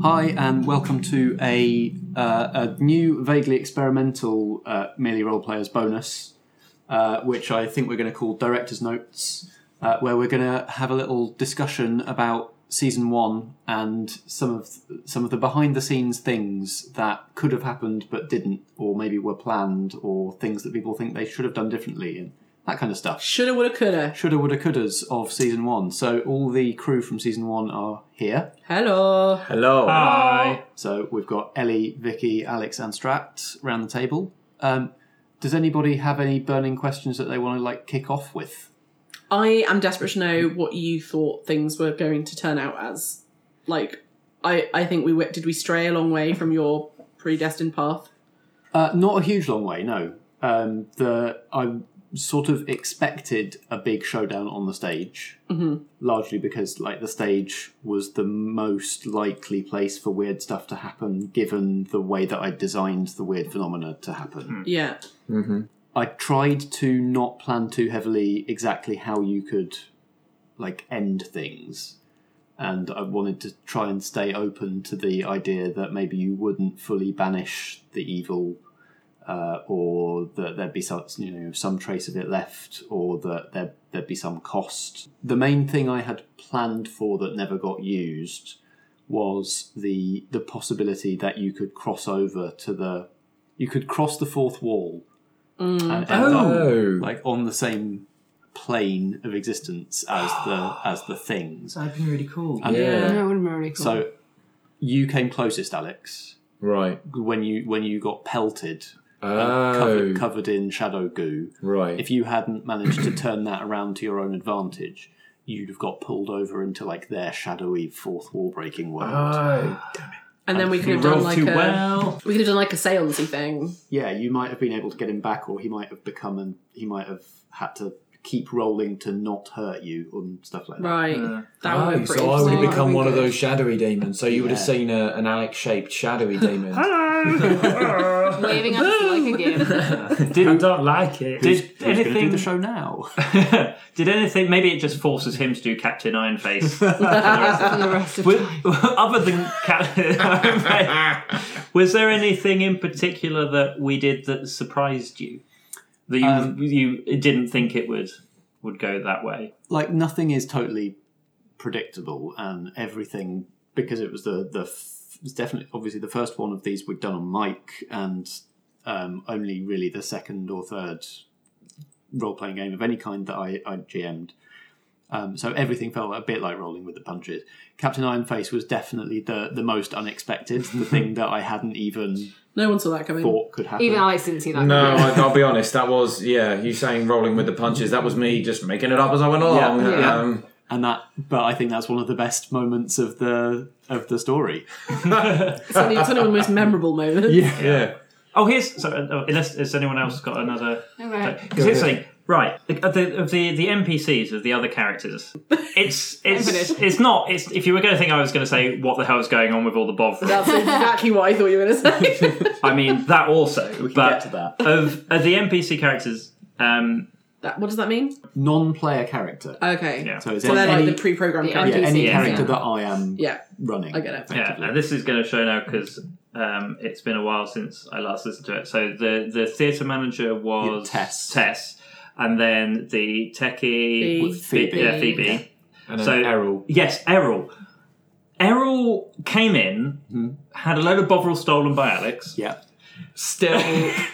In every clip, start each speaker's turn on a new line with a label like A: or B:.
A: Hi, and welcome to a, uh, a new, vaguely experimental uh, Merely Role Players bonus, uh, which I think we're going to call Director's Notes, uh, where we're going to have a little discussion about season one and some of some of the behind the scenes things that could have happened but didn't, or maybe were planned, or things that people think they should have done differently, and that kind of stuff.
B: Shoulda, woulda, coulda.
A: Shoulda, woulda, couldas of season one. So all the crew from season one are here.
B: Hello.
C: Hello.
D: Hi.
A: So we've got Ellie, Vicky, Alex, and Strat round the table. Um, does anybody have any burning questions that they want to like kick off with?
B: I am desperate to know what you thought things were going to turn out as. Like, I I think we went, did we stray a long way from your predestined path?
A: Uh, not a huge long way, no. Um, the I sort of expected a big showdown on the stage, largely because like the stage was the most likely place for weird stuff to happen, given the way that I designed the weird phenomena to happen.
B: Yeah.
A: I tried to not plan too heavily exactly how you could like end things and I wanted to try and stay open to the idea that maybe you wouldn't fully banish the evil uh, or that there'd be some, you know some trace of it left or that there, there'd be some cost. The main thing I had planned for that never got used was the the possibility that you could cross over to the you could cross the fourth wall and end
C: Oh.
A: up like on the same plane of existence as the as the things.
D: That'd been really cool.
A: And-
B: Yeah.
E: That would have been really cool.
A: So you came closest, Alex,
C: Right.
A: when you when you got pelted,
C: Oh.
A: covered, covered in shadow goo.
C: Right.
A: If you hadn't managed to turn that around to your own advantage, you'd have got pulled over into like their shadowy fourth wall breaking world.
C: Oh.
B: And then we could have done like a we could have done like a salesy thing.
A: yeah, you might have been able to get him back, or he might have become and he might have had to keep rolling to not hurt you and stuff like that.
B: Right. That would have
C: Oh,
B: been pretty
C: so I would have
B: interesting.
C: become
E: Oh,
C: one of
E: okay.
C: those shadowy demons. So you would have
A: Yeah.
C: seen a, an Alex shaped shadowy demon.
E: Waving at us like again.
D: Did, I don't like it.
A: Who's,
D: Did
A: who's going to do
D: anything?
A: the show now?
D: did anything? Maybe it just forces him to do Captain Iron Face.
E: and the rest of
D: With- other than Captain Iron Face, was there anything in particular that we did that surprised you? That you
A: Um,
D: you didn't think it would would go that way?
A: like nothing is totally predictable and everything because it was the the f- it's definitely obviously the first one of these were done on mic and um, only really the second or third role playing game of any kind that I, I GM'd. Um, so everything felt a bit like rolling with the punches. Captain Iron Face was definitely the the most unexpected, the thing that I hadn't even
B: No one saw that coming.
A: thought could happen.
E: Even Alex didn't see that.
C: no, I, I'll be honest. That was yeah. You saying rolling with the punches. That was me just making it up as I went along.
A: Yeah.
E: Yeah.
C: Um,
A: and that, but I think that's one of the best moments of the of the story.
B: It's only, it's one of the most memorable moments.
C: yeah. yeah.
D: Oh, here's so uh, unless has anyone else got another.
E: Okay.
D: Because here's the thing, right? Of the, of the the NPCs of the other characters, it's it's
E: finished.
D: it's not. It's if you were going to think I was going to say what the hell is going on with all the bovril,
B: That's exactly what I thought you were going to say.
D: I mean that also.
A: get
D: but
A: to that.
D: of of the NPC characters, um,
B: that, what does that mean?
A: Non-player character.
B: Okay.
D: yeah,
A: So it's
B: So they're
A: any-
B: like the pre-programmed
E: Yeah.
A: yeah,
B: characters.
E: NPCs,
A: any
D: yeah.
A: character that I am
B: Yeah.
A: running.
B: I get it.
D: yeah.
A: effectively.
D: And this is going to show now because um, it's been a while since I last listened to it. So the the theatre manager was
A: Yeah, Tess.
D: Tess, and then the techie
B: The-
A: Phoebe.
D: yeah Phoebe.
E: Yeah.
C: And
D: So-
C: so, Errol.
D: Yes, Errol. Errol came in,
A: Mhm.
D: had a load of bovril stolen by Alex.
A: Yeah.
C: Still,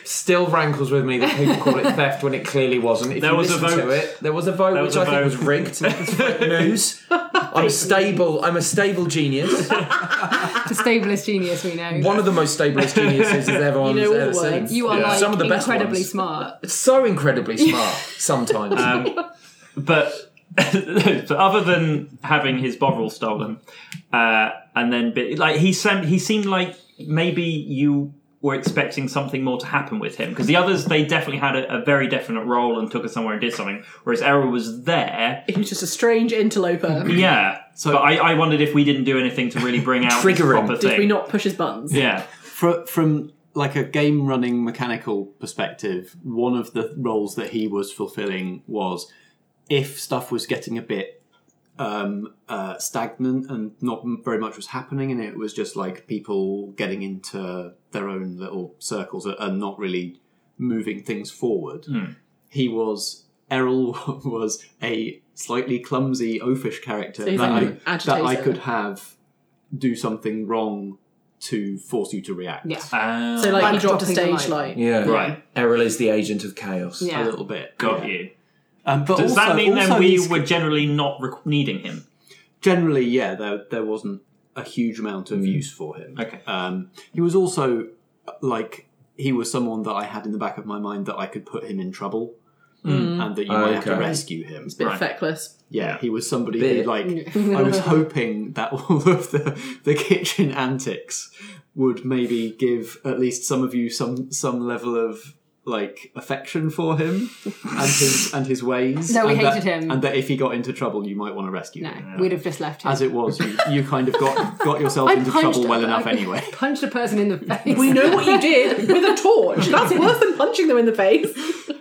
C: still rankles with me that people call it theft when it clearly wasn't. If
D: There
C: you
D: was a
C: listen
D: vote.
C: to it, there was a vote
D: There
C: which
D: was a
C: I think
D: vote.
C: was rigged. It's fake news. I'm a stable. I'm a stable genius.
E: The stablest genius we know.
C: One of the most stablest geniuses has everyone's
B: You know all
C: ever
B: the
C: seen.
B: words.
E: you are like
C: Some of the best
E: incredibly
C: ones.
E: smart.
C: So incredibly smart sometimes.
D: But so other than having his bovril stolen, uh, and then bit, like he seemed, he seemed like maybe you were expecting something more to happen with him because the others they definitely had a, a very definite role and took us somewhere and did something, whereas Errol was there.
B: He was just a strange interloper.
D: Yeah. So but I, I wondered if we didn't do anything to really bring out
C: Trigger him.
D: proper
B: Did
D: thing.
B: we not push his buttons?
D: Yeah.
A: Fro- from like a game running mechanical perspective, one of the roles that he was fulfilling was if stuff was getting a bit um, uh, stagnant and not m- very much was happening, and it was just like people getting into their own little circles a- and not really moving things forward. He was Errol was a slightly clumsy oafish character
B: he's
A: that,
B: like
A: I,
B: an
A: that I
B: agitator.
A: could have do something wrong to force you to react
E: Yeah.
D: Ah,
B: So like he
E: Like
B: dropped a
E: dropping the
B: stage
E: light.
B: light.
C: Yeah.
D: Right.
C: Errol is the agent of chaos.
E: Yeah.
A: a little bit.
D: got you.
A: Um, but
D: Does
A: also,
D: that mean
A: also
D: then we
A: he's-
D: were generally not re- needing him?
A: generally, yeah, there there wasn't a huge amount of use for him.
D: Okay. uh,
A: Um, he was also uh, like he was someone that I had in the back of my mind that I could put him in trouble, and that you might have to
C: Okay.
A: rescue him.
B: Bit
D: Right.
B: feckless.
A: Yeah, he was somebody
C: Bit.
A: who, like, I was hoping that all of the, the kitchen antics would maybe give at least some of you some some level of like affection for him and his and his ways.
E: No, we
A: and that-
E: hated him.
A: and that if he got into trouble, you might want to rescue
E: No,
A: him.
E: we'd have just left him.
A: As it was, you, you kind of got got yourself into trouble well enough
E: I
A: anyway.
E: Punched a person in the face.
B: We know what you did with a torch. That's worse than punching them in the face.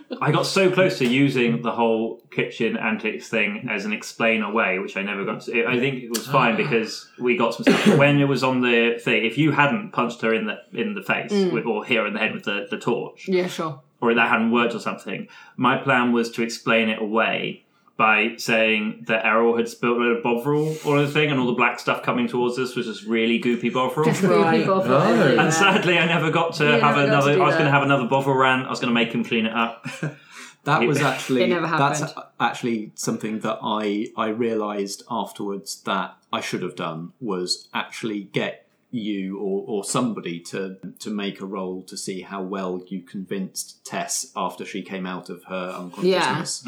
D: I got so close to using the whole kitchen antics thing as an explain away, which I never got to. I think it was fine because we got some stuff. But when it was on the thing, if you hadn't punched her in the in the face with, or hit her in the head with the, the torch,
E: Yeah, sure.
D: or that hadn't worked or something, my plan was to explain it away by saying that Errol had spilt a load of bovril or the thing, and all the black stuff coming towards us was just really goopy bovril.
E: Just three
B: Right.
E: people.
C: Oh.
E: everywhere.
C: Yeah.
D: And sadly, I never got to
B: You
D: have
B: never got
D: another.
B: to do
D: I was going to
B: that.
D: have another bovril rant. I was going to make him clean it up.
A: That was actually
E: It never
A: that's
E: happened.
A: a- actually something that I I realised afterwards that I should have done was actually get you or, or somebody to to make a roll to see how well you convinced Tess after she came out of her unconsciousness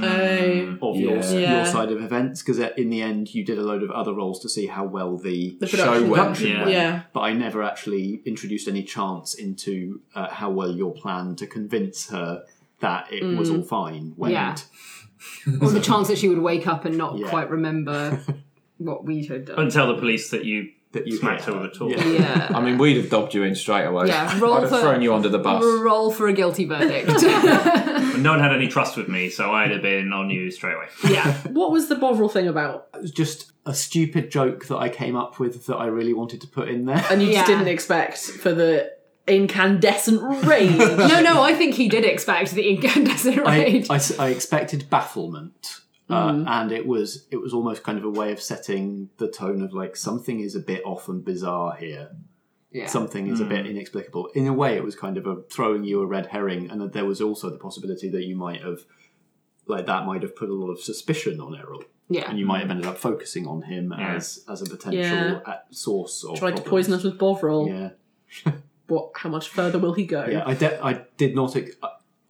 B: Oh,
A: of your,
C: Yeah.
B: Yeah.
A: your side of events because in the end you did a load of other roles to see how well the,
B: The
A: show
B: production.
A: went.
D: Yeah.
B: yeah.
A: But I never actually introduced any chance into uh, how well your plan to convince her that it was
B: Mm.
A: all fine went.
E: Yeah. Or the chance that she would wake up and not
A: Yeah.
E: quite remember what we had done.
D: and tell the police that you
A: that you
D: smacked
A: hit
D: her
A: her.
D: with a torch.
A: Yeah.
E: yeah.
C: I mean, we'd have dobbed you in straight away.
E: Yeah, roll
C: I'd have
E: for-
C: thrown you under the bus.
E: Roll for a guilty verdict.
D: But no one had any trust with me, so I'd have been on you straight away.
E: yeah.
B: What was the Bovril thing about?
A: It was just a stupid joke that I came up with that I really wanted to put in there.
B: And you
E: Yeah.
B: just didn't expect for the incandescent rage.
E: No, no, I think he did expect the incandescent
A: I,
E: rage.
A: I s- I expected bafflement,
B: Mm.
A: uh, and it was it was almost kind of a way of setting the tone of like something is a bit off and bizarre here.
E: yeah.
A: Something is a bit
B: Mm.
A: inexplicable. In a way, it was kind of a throwing you a red herring, and that there was also the possibility that you might have like that might have put a lot of suspicion on Errol,
E: yeah.
A: and you might have ended up focusing on him
D: Yeah.
A: as as a potential
B: Yeah.
A: uh, source. Or
B: Tried to poison us with Bovril.
A: Yeah.
B: What? How much further will he go?
A: Yeah, I, de- I did not. Ex-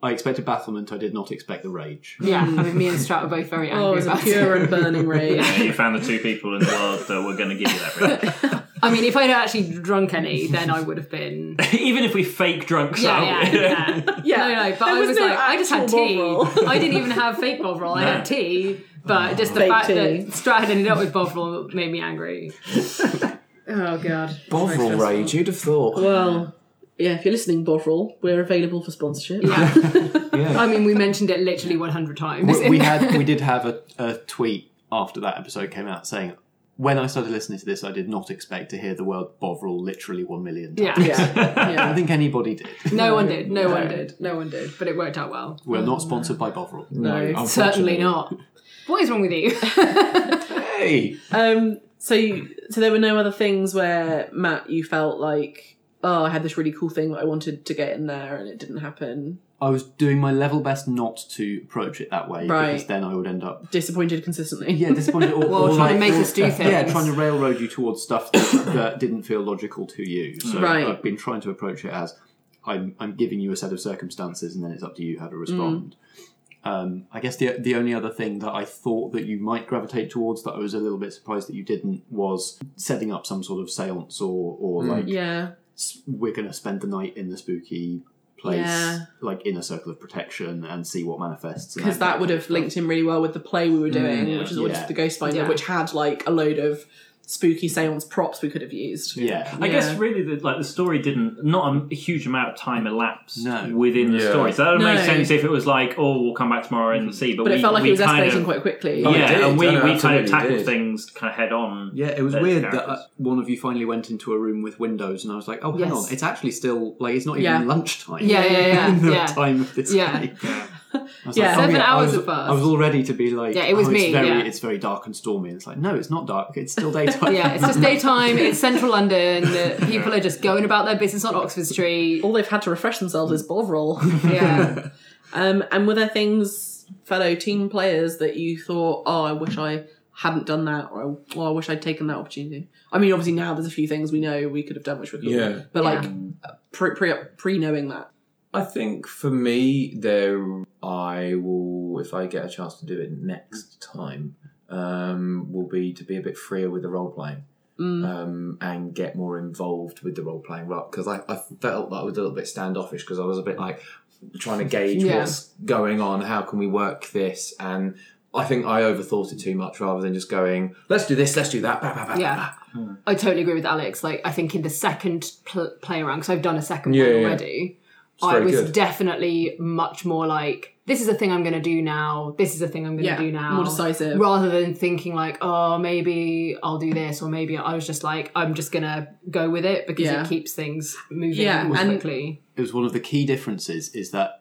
A: I expected bafflement. I did not expect the rage.
E: Yeah, I mean, me and Strat are both very angry
B: Oh, it was a
E: about
B: pure
E: it.
B: and burning rage.
D: Yeah, you found the two people in the world that were going to give you that revenge.
E: I mean, if I'd actually drunk any, then I would have been.
D: Even if we fake drunk
E: Yeah,
D: so
E: yeah, yeah.
B: Yeah,
E: No, no, but
B: There
E: I was,
B: no
E: like, I just had
B: actual
E: tea.
B: Bovril.
E: I didn't even have fake Bovril, I
D: No.
E: had tea. But just the
B: Fake
E: fact
B: tea.
E: that Strat had ended up with Bovril made me angry.
B: oh god,
C: Bovril rage, you'd have thought.
B: Well, yeah, if you're listening, Bovril, we're available for sponsorship.
E: Yeah.
A: Yeah,
E: I mean, we mentioned it literally 100 times.
A: we, we had we did have a, a tweet after that episode came out saying, "When I started listening to this, I did not expect to hear the word Bovril literally one million times."
E: Yeah.
B: yeah,
A: I don't think anybody did.
E: No one did. No one did. No one did. But it worked out well.
A: We're not sponsored by Bovril.
B: no.
E: Certainly not. What is wrong with you?
A: Hey,
B: Um, so, you, so there were no other things where Matt, you felt like, oh, I had this really cool thing that I wanted to get in there, and it didn't happen.
A: I was doing my level best not to approach it that way
B: Right.
A: because then I would end up
B: Disappointed consistently.
A: yeah disappointed or,
E: Well,
A: or
E: trying to
A: like-
E: make
A: or-
E: us do things.
A: Yeah, trying to railroad you towards stuff that, that didn't feel logical to you. So
B: Right.
A: I've been trying to approach it as I'm, I'm giving you a set of circumstances, and then it's up to you how to
E: Mm.
A: respond. Um, I guess the the only other thing that I thought that you might gravitate towards that I was a little bit surprised that you didn't was setting up some sort of séance or or like
B: yeah.
A: s- we're going to spend the night in the spooky place,
B: Yeah.
A: like in a circle of protection, and see what manifests. and
B: because that would have linked in really well with the play we were doing, which is
A: Yeah.
B: Audience of the Ghost Finder,
E: Yeah.
B: which had like a load of spooky seance props we could have used.
A: Yeah.
D: I guess
B: Yeah.
D: really, the, like the story didn't. Not a, huge amount of time elapsed
A: No.
D: within the
C: Yeah.
D: story, so that would make
B: No.
D: sense if it was like, "Oh, we'll come back tomorrow and see." But,
B: But
D: we,
B: it felt like
D: we
B: it was
D: kind
B: escalating
D: of,
B: quite quickly.
C: Oh, it
D: yeah,
C: did.
D: and we,
C: Oh, no,
D: we kind
C: absolutely
D: of tackled
C: did.
D: things kind of head on.
A: Yeah, it was
D: Those
A: weird that
D: characters.
A: uh, one of you finally went into a room with windows, and I was like, "Oh, hang
E: Yes.
A: on, it's actually still like it's not even
B: Yeah.
A: lunchtime."
E: Yeah, yeah, yeah,
A: the
E: yeah.
A: time of this
E: Yeah.
A: day. I was
B: Yeah.
A: like, "Oh,
E: Seven
A: I
E: hours
A: was-
E: have passed.
A: I was all ready to be like,
E: Yeah, it was
A: "Oh,
E: me,
A: It's very,
E: yeah.
A: it's very dark and stormy. And it's like, no, it's not dark. It's still daytime.
E: Yeah, it's just daytime. It's central London. People are just going about their business on Oxford Street.
B: All they've had to refresh themselves is Bovril.
E: Yeah,
B: um, and were there things, fellow team players, that you thought, oh, I wish I hadn't done that, or oh, I wish I'd taken that opportunity? I mean, obviously now there's a few things we know we could have done which were cool.
C: Yeah.
B: But like pre pre pre knowing that.
C: I think for me, there I will, if I get a chance to do it next
E: Mm.
C: time, um, will be to be a bit freer with the role playing
E: Mm.
C: um, and get more involved with the role playing. Because I, I felt that I was a little bit standoffish because I was a bit like trying to gauge
E: Yeah.
C: what's going on, how can we work this, and I think I overthought it too much rather than just going, let's do this, let's do that, bah, bah, bah, bah, bah.
E: yeah.
D: Hmm.
E: I totally agree with Alex. Like, I think in the second pl- play around, because I've done a second
C: Yeah,
E: one
C: yeah.
E: already, I
C: very
E: was
C: good.
E: definitely much more like, this is a thing I'm going to do now. This is a thing I'm going to
B: Yeah,
E: do now.
B: more decisive.
E: Rather than thinking like, oh, maybe I'll do this, or maybe I was just like, I'm just going to go with it because
B: Yeah.
E: it keeps things moving
B: Yeah,
E: more
B: and-
E: quickly.
A: it was one of the key differences is that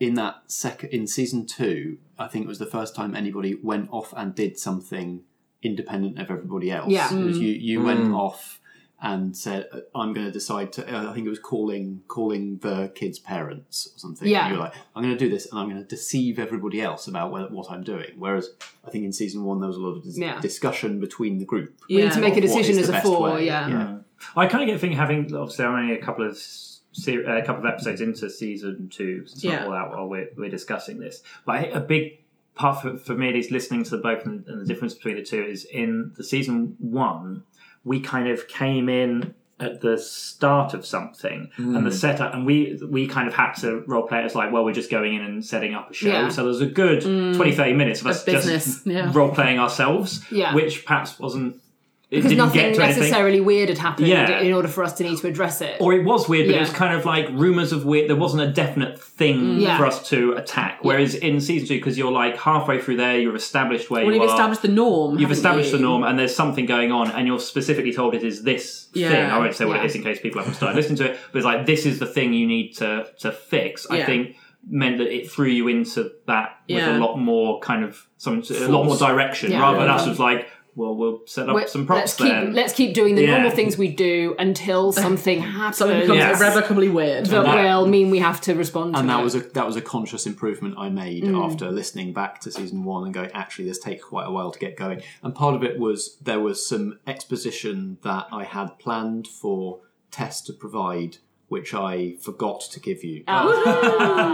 A: in that second in season two, I think it was the first time anybody went off and did something independent of everybody else.
E: Yeah.
A: It was you you went off and said, "Uh, "I'm going to decide to." uh, I think it was calling calling the kids' parents or something.
E: Yeah.
A: you were like, "I'm going to do this, and I'm going to deceive everybody else about whe- what I'm doing." Whereas I think in season one there was a lot of dis-
E: Yeah.
A: discussion between the group.
E: We need to make a
A: What is
E: decision
A: the
E: as a
A: best
E: four,
A: way?
E: yeah.
D: I kind of get a thing having obviously I'm only a couple of ser- a couple of episodes into season two. So it's
B: Yeah.
D: not all out while we're, we're discussing this, but I- a big part for, for me at least listening to the both and, and the difference between the two is in the season one we kind of came in at the start of something and the setup and we we kind of had to role play it as like well we're just going in and setting up a show
E: Yeah. Hmm.
D: so there's a good twenty thirty 20 30 minutes of
B: Of
D: us
B: business,
D: just
B: yeah.
D: role playing ourselves
E: Yeah.
D: which perhaps wasn't it
E: Because
D: didn't
E: nothing
D: get to anything
E: necessarily weird had happened
D: Yeah.
E: in order for us to need to address it.
D: or it was weird, but
E: Yeah.
D: it was kind of like rumors of weird. There wasn't a definite thing
E: Yeah.
D: for us to attack. Whereas in season two, because you're like halfway through there, you've established where
B: Well,
D: you
B: you've
D: are.
B: established the norm.
D: You've
B: haven't
D: established
B: you?
D: the norm, and there's something going on, and you're specifically told it is this
B: Yeah.
D: thing. I won't say what
E: Yeah.
D: it is in case people haven't started listening to it, but it's like this is the thing you need to to fix. I
B: Yeah.
D: think meant that it threw you into that with
B: Yeah.
D: a lot more kind of some a lot more direction
E: Yeah.
D: rather than
C: Yeah.
D: us was like, well, we'll set up
E: We're-
D: some props
E: let's keep,
D: then.
E: Let's keep doing the
D: Yeah.
E: normal things we do until something happens.
B: Something becomes
D: Yes.
B: irrevocably weird.
E: that
D: that-
E: will mean we have to respond to
A: and that
E: it.
A: was a that was a conscious improvement I made after listening back to season one and going actually this takes quite a while to get going and part of it was there was some exposition that I had planned for Tess to provide which I forgot to give you
E: Ah.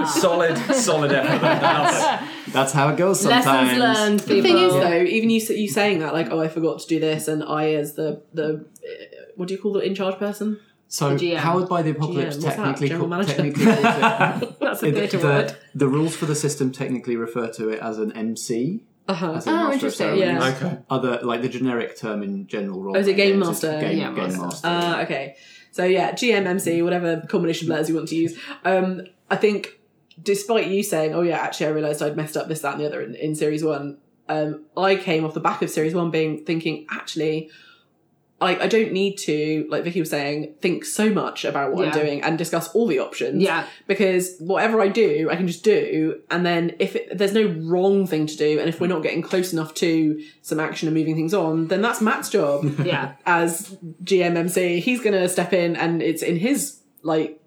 C: solid, solid effort. That's-
A: that's how it goes sometimes
E: Lessons learned.
B: the
E: People.
B: thing is, though, even you s- you saying that, like, oh, I forgot to do this, and I, as the the uh, what do you call the in charge person?
A: so
E: GM.
A: powered by the apocalypse
B: GM, what's that?
A: technically
B: General
A: called-
B: manager?
A: technically called it-
E: that's a
A: the,
E: theatre
A: the-
E: word.
A: the rules for the system technically refer to it as an MC
B: Uh huh.
A: as a
E: Oh,
A: master of
E: interesting, yeah.
A: ceremonies.
C: okay.
A: other like the generic term in general role.
B: Oh, is it game
A: games
B: master?
A: game,
E: Yeah,
A: game
E: master.
A: master.
B: Uh, okay. So yeah, GMMC, whatever combination of letters you want to use. Um, I think, despite you saying, "Oh yeah, actually, I realised I'd messed up this, that, and the other" in, in series one, um, I came off the back of series one being thinking, actually, I, I don't need to, like Vicky was saying, think so much about what I'm
E: Yeah.
B: doing and discuss all the options.
E: Yeah.
B: Because whatever I do, I can just do, and then if it, there's no wrong thing to do, and if we're not getting close enough to some action and moving things on, then that's Matt's job
E: Yeah.
B: as GMMC, he's going to step in, and it's in his like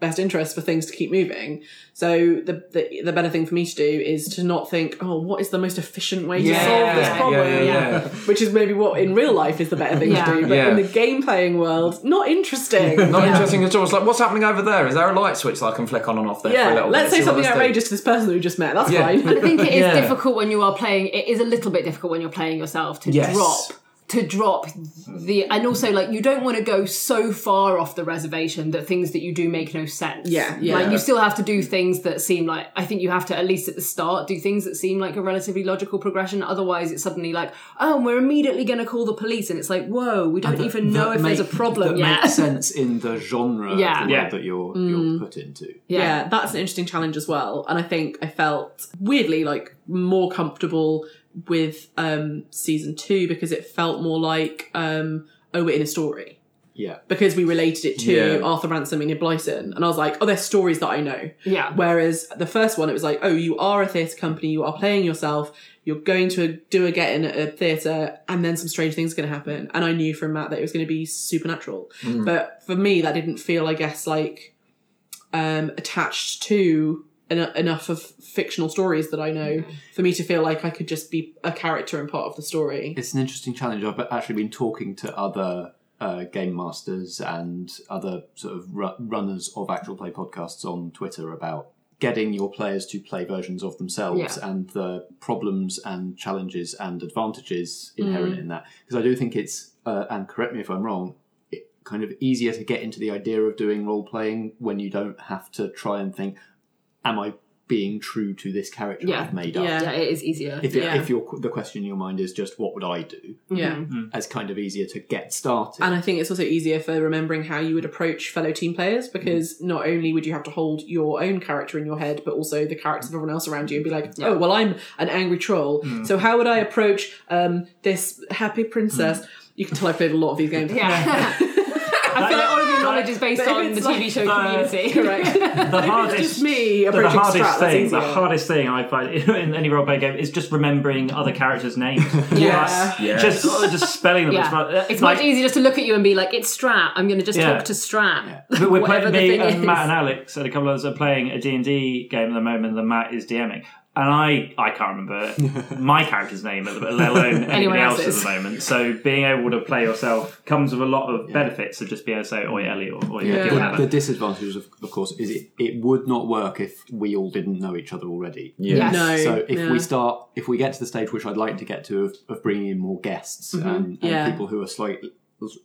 B: best interest for things to keep moving. So the the, the better thing for me to do is to not think, oh, what is the most efficient way to
E: Yeah.
B: solve this
E: Yeah,
B: problem?
C: yeah, yeah.
B: Which is maybe what in real life is the better thing
E: Yeah.
B: to do, but
C: Yeah.
B: in the game playing world, not interesting.
C: Not interesting at all. It's like, what's happening over there? Is there a light switch that I can flick on and off there for a
B: yeah,
C: little
B: let's say
C: bit? See what
B: something
C: this do?
B: outrageous to this person we just met. That's
C: Yeah.
B: fine.
E: I think it is
C: Yeah.
E: difficult when you are playing. It is a little bit difficult when you're playing yourself to
C: Yes.
E: drop to drop the and also like you don't want to go so far off the reservation that things that you do make no sense.
B: Yeah, yeah.
E: Like you still have to do things that seem like I think you have to at least at the start do things that seem like a relatively logical progression. Otherwise, it's suddenly like oh, and we're immediately going to call the police, and it's like whoa, we don't
A: that-
E: even know
A: that
E: if there's a
A: make-
E: problem
A: that
E: yet.
A: makes sense in the genre of
E: Yeah. Mm.
A: the
D: Yeah.
A: world that you're you're put into.
E: Yeah.
B: yeah. that's an interesting challenge as well. And I think I felt weirdly like more comfortable with um season two because it felt more like um oh we're in a story.
A: Yeah.
B: Because we related it to
C: Yeah.
B: Arthur Ransom and Enid Blyton. And I was like, oh, there's stories that I know.
E: yeah.
B: Whereas the first one, it was like, oh, you are a theatre company, you are playing yourself, you're going to do a get in at a theatre, and then some strange things going to happen. And I knew from Matt that it was going to be supernatural. But for me, that didn't feel, I guess, like um, attached to en- enough of fictional stories that I know for me to feel like I could just be a character and part of the story.
A: It's an interesting challenge. I've actually been talking to other uh, game masters and other sort of ru- runners of actual play podcasts on Twitter about getting your players to play versions of themselves
E: Yeah.
A: and the problems and challenges and advantages inherent in that. Because I do think it's, uh, and correct me if I'm wrong, it, kind of easier to get into the idea of doing role playing when you don't have to try and think, am I being true to this character
E: Yeah.
A: I've made up?
B: Yeah.
E: Yeah, it is easier.
A: If, it,
B: Yeah.
A: if your the question in your mind is just what would I do,
B: Yeah.
A: as kind of easier to get started.
B: And I think it's also easier for remembering how you would approach fellow team players because not only would you have to hold your own character in your head, but also the characters of everyone else around you and be like, oh, well, I'm an angry troll. So how would I approach um, this happy princess? You can tell I played a lot of these games.
E: Yeah. I feel like all of your knowledge is based
B: But if
E: on
B: it's
E: the
B: like-
E: TV show
D: Uh,
E: Community.
B: Correct.
D: The hardest.
B: It's just me
D: the
B: approaching
D: hardest
B: Strat, that's
D: thing, the
B: easier.
D: hardest thing I find in any role playing game is just remembering other characters' names.
E: Yeah.
C: Yes.
D: Just just spelling them.
E: Yeah.
D: It's, like-
E: It's
D: like-
E: much easier just to look at you and be like, it's Strat. I'm going to just
D: Yeah.
E: talk to Strat.
D: But we're
E: Whatever
D: playing,
E: the
D: me
E: thing
D: and
E: is.
D: Matt and Alex and a couple of us are playing a D&D game at the moment that Matt is DMing. And I, I can't remember my character's name, at the- let alone
E: Anyone
D: anyone else at
E: else's.
D: the moment. So being able to play yourself comes with a lot of benefits of just being able to say, oi, Ellie, or oi,
B: Yeah.
D: yeah.
A: The,
D: whatever.
A: the disadvantage, of, of course, is it, it would not work if we all didn't know each other already.
E: Yeah.
B: No.
A: So if
B: no.
A: we start, if we get to the stage which I'd like to get to of, of bringing in more guests and, and
B: Yeah.
A: people who are slightly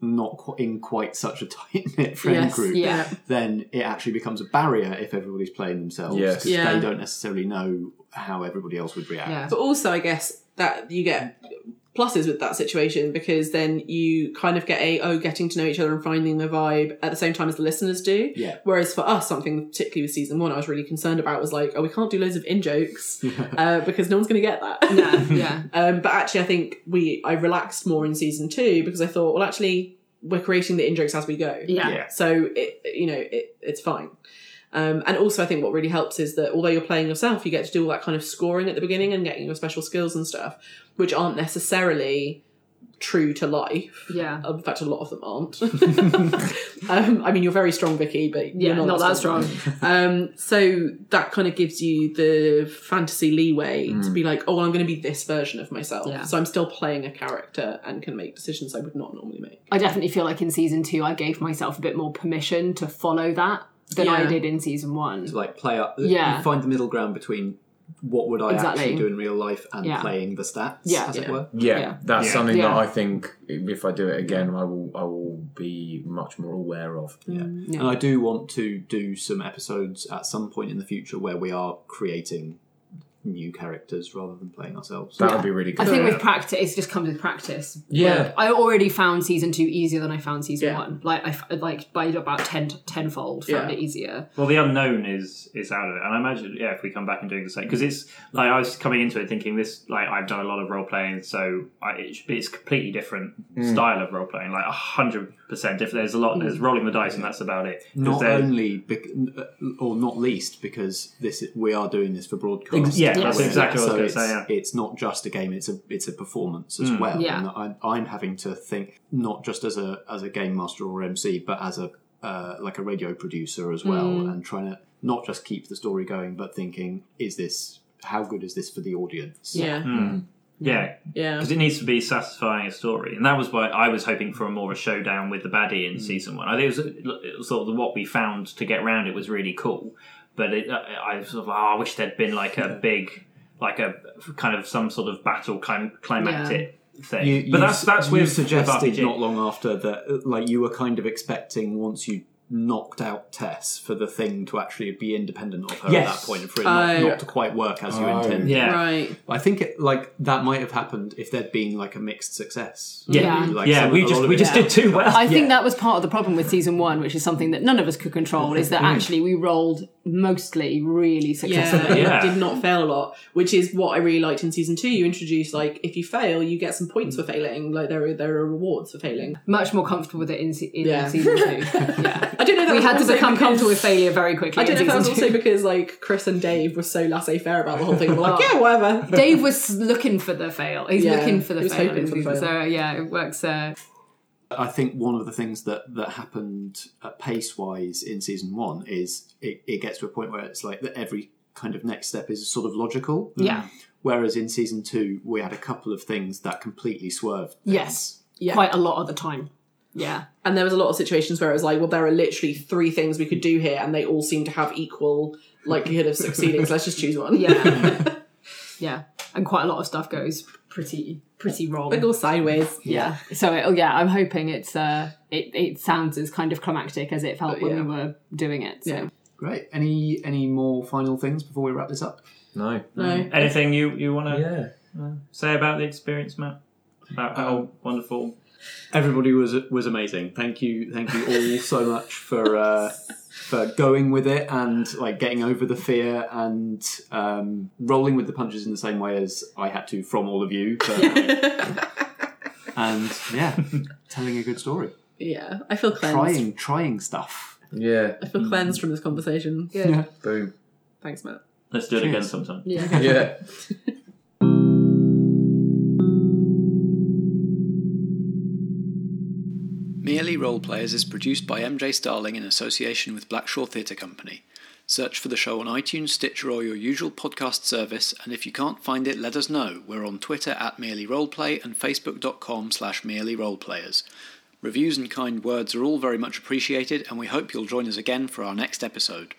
A: not qu- in quite such a tight knit friend
B: Yes,
A: group,
E: yeah.
A: then it actually becomes a barrier if everybody's playing themselves
C: Yes.
A: because
B: Yeah.
A: they don't necessarily know how everybody else would react.
E: Yeah.
B: But also, I guess that you get pluses with that situation because then you kind of get a oh getting to know each other and finding the vibe at the same time as the listeners do.
A: Yeah.
B: Whereas for us, something particularly with season one, I was really concerned about was like oh we can't do loads of in jokes uh, because no one's going to get that.
E: No, yeah.
B: Um, but actually, I think we I relaxed more in season two because I thought well actually we're creating the in jokes as we go.
E: Yeah.
D: Yeah.
B: So it you know it, it's fine. Um, and also, I think what really helps is that although you're playing yourself, you get to do all that kind of scoring at the beginning and getting your special skills and stuff, which aren't necessarily true to life.
E: Yeah.
B: In fact, a lot of them aren't. um, I mean, you're very strong, Vicky, but
E: Yeah,
B: you're not, that strong. Um, so that kind of gives you the fantasy leeway to be like, oh, I'm going to be this version of myself.
E: Yeah.
B: So I'm still playing a character and can make decisions I would not normally make.
E: I definitely feel like in season two, I gave myself a bit more permission to follow that than I
B: Yeah.
E: did in season one.
A: to like play up
E: Yeah.
A: you find the middle ground between what would I
E: Exactly.
A: actually do in real life and
E: Yeah.
A: playing the stats
E: Yeah.
A: as
B: Yeah.
A: it were
C: Yeah,
E: Yeah.
C: that's
D: Yeah.
C: something
E: Yeah.
C: that I think if I do it again, I will I will be much more aware of. Yeah,
A: and I do want to do some episodes at some point in the future where we are creating new characters rather than playing ourselves
C: that would be really good.
E: I think with practice, it just comes with practice.
C: Yeah.
E: Like, I already found season two easier than I found season
B: Yeah.
E: one. Like I f- like by about ten tenfold found
B: Yeah.
E: it easier.
D: Well, the unknown is is out of it, and I imagine yeah, if we come back and doing the same, because it's like I was coming into it thinking this like I've done a lot of role playing, so I, it should be, it's completely different
A: Mm.
D: style of role playing, like hundred percent. If there's a lot, there's rolling the dice, and that's about it. 'Cause
A: not
D: there-
A: only bec- uh, or not least because this is, we are doing this for broadcast
D: Ex- yeah,
E: that's
A: We're-
D: exactly what I was
A: so
D: gonna say, Mm.
A: it's- it's not just a game it's a it's a performance as well
E: Yeah.
A: and I, I'm having to think not just as a as a game master or MC but as a uh, like a radio producer as well and trying to not just keep the story going but thinking is this how good is this for the audience
B: Yeah.
D: yeah,
B: Yeah.
D: because it needs to be satisfying a story, and that was why I was hoping for a more of a showdown with the baddie in season one. I think it was, it was sort of what we found to get round it was really cool, but it, I I was sort of oh, I wish there'd been like a big, like a kind of some sort of battle clim- climactic thing.
A: You,
D: but
A: you
D: that's
A: s-
D: that's
A: you
D: with
A: suggested
D: with RPG.
A: not long after that, like you were kind of expecting once you knocked out Tess for the thing to actually be independent of her at
D: Yes.
A: that point, and for it not,
B: Oh.
A: not to quite work as you
C: Oh.
A: intended.
D: Yeah.
B: Right.
A: I think it like that might have happened if there'd been like a mixed success.
D: Yeah.
A: Really, like,
D: yeah,
A: some-
D: we
A: a lot
D: just
A: of
D: we
A: it-
D: just did too well.
E: I think that was part of the problem with season one, which is something that none of us could control, is that actually we rolled mostly really
B: Mm. Yeah,
E: successfully.
D: Yeah.
B: did not fail a lot, which is what I really liked in season two. You introduced like if you fail, you get some points for failing. Like there are there are rewards for failing.
E: Much more comfortable with it in, se- in
B: Yeah.
E: season two.
B: I don't know. If that
E: we
B: was
E: had to
B: also
E: become
B: because-
E: comfortable with failure very quickly.
B: I don't know
E: in
B: if that was
E: season
B: also
E: two.
B: because like Chris and Dave were so laissez faire about the whole thing. We're like,
E: Oh.
B: yeah, whatever.
E: Dave was looking for the fail. He's
B: Yeah,
E: looking for the
B: he was
E: fail.
B: hoping for the fail. Mm.
E: So yeah, it works. Uh,
A: I think one of the things that that happened uh, pace wise in season one is it, it gets to a point where it's like that every kind of next step is sort of logical.
E: yeah.
A: Whereas in season two, we had a couple of things that completely swerved.
E: Yes.
B: Yeah.
E: Quite a lot of the time. Yeah.
B: And there was a lot of situations where it was like, well, there are literally three things we could do here, and they all seem to have equal likelihood of succeeding. so let's just choose one.
E: Yeah. yeah. And quite a lot of stuff goes pretty pretty wrong.
B: But go sideways.
E: yeah. So it, oh, yeah, I'm hoping it's uh it, it sounds as kind of climactic as it felt when
B: Oh, yeah.
E: we were doing it. So
B: Yeah.
A: Great. Any any more final things before we wrap this up?
C: No.
B: No.
D: Anything you you want to
C: Yeah.
D: say about the experience, Matt? About how wonderful.
A: Everybody was was amazing. Thank you, thank you all so much for uh, for going with it and like getting over the fear and um, rolling with the punches in the same way as I had to from all of you. But, and yeah, telling a good story,
B: Yeah. I feel cleansed.
A: trying trying stuff.
C: Yeah.
B: I feel cleansed from this conversation.
E: Good.
A: Yeah.
C: Boom.
B: Thanks, Matt.
D: Let's do it again
A: Cheers.
D: sometime.
E: yeah.
C: Yeah.
F: Merely Role Players is produced by MJ Starling in association with Blackshaw Theatre Company. Search for the show on iTunes, Stitcher, or your usual podcast service, and if you can't find it, let us know. We're on Twitter at Merely Roleplay and Facebook.com slash Merely Roleplayers. Reviews and kind words are all very much appreciated, and we hope you'll join us again for our next episode.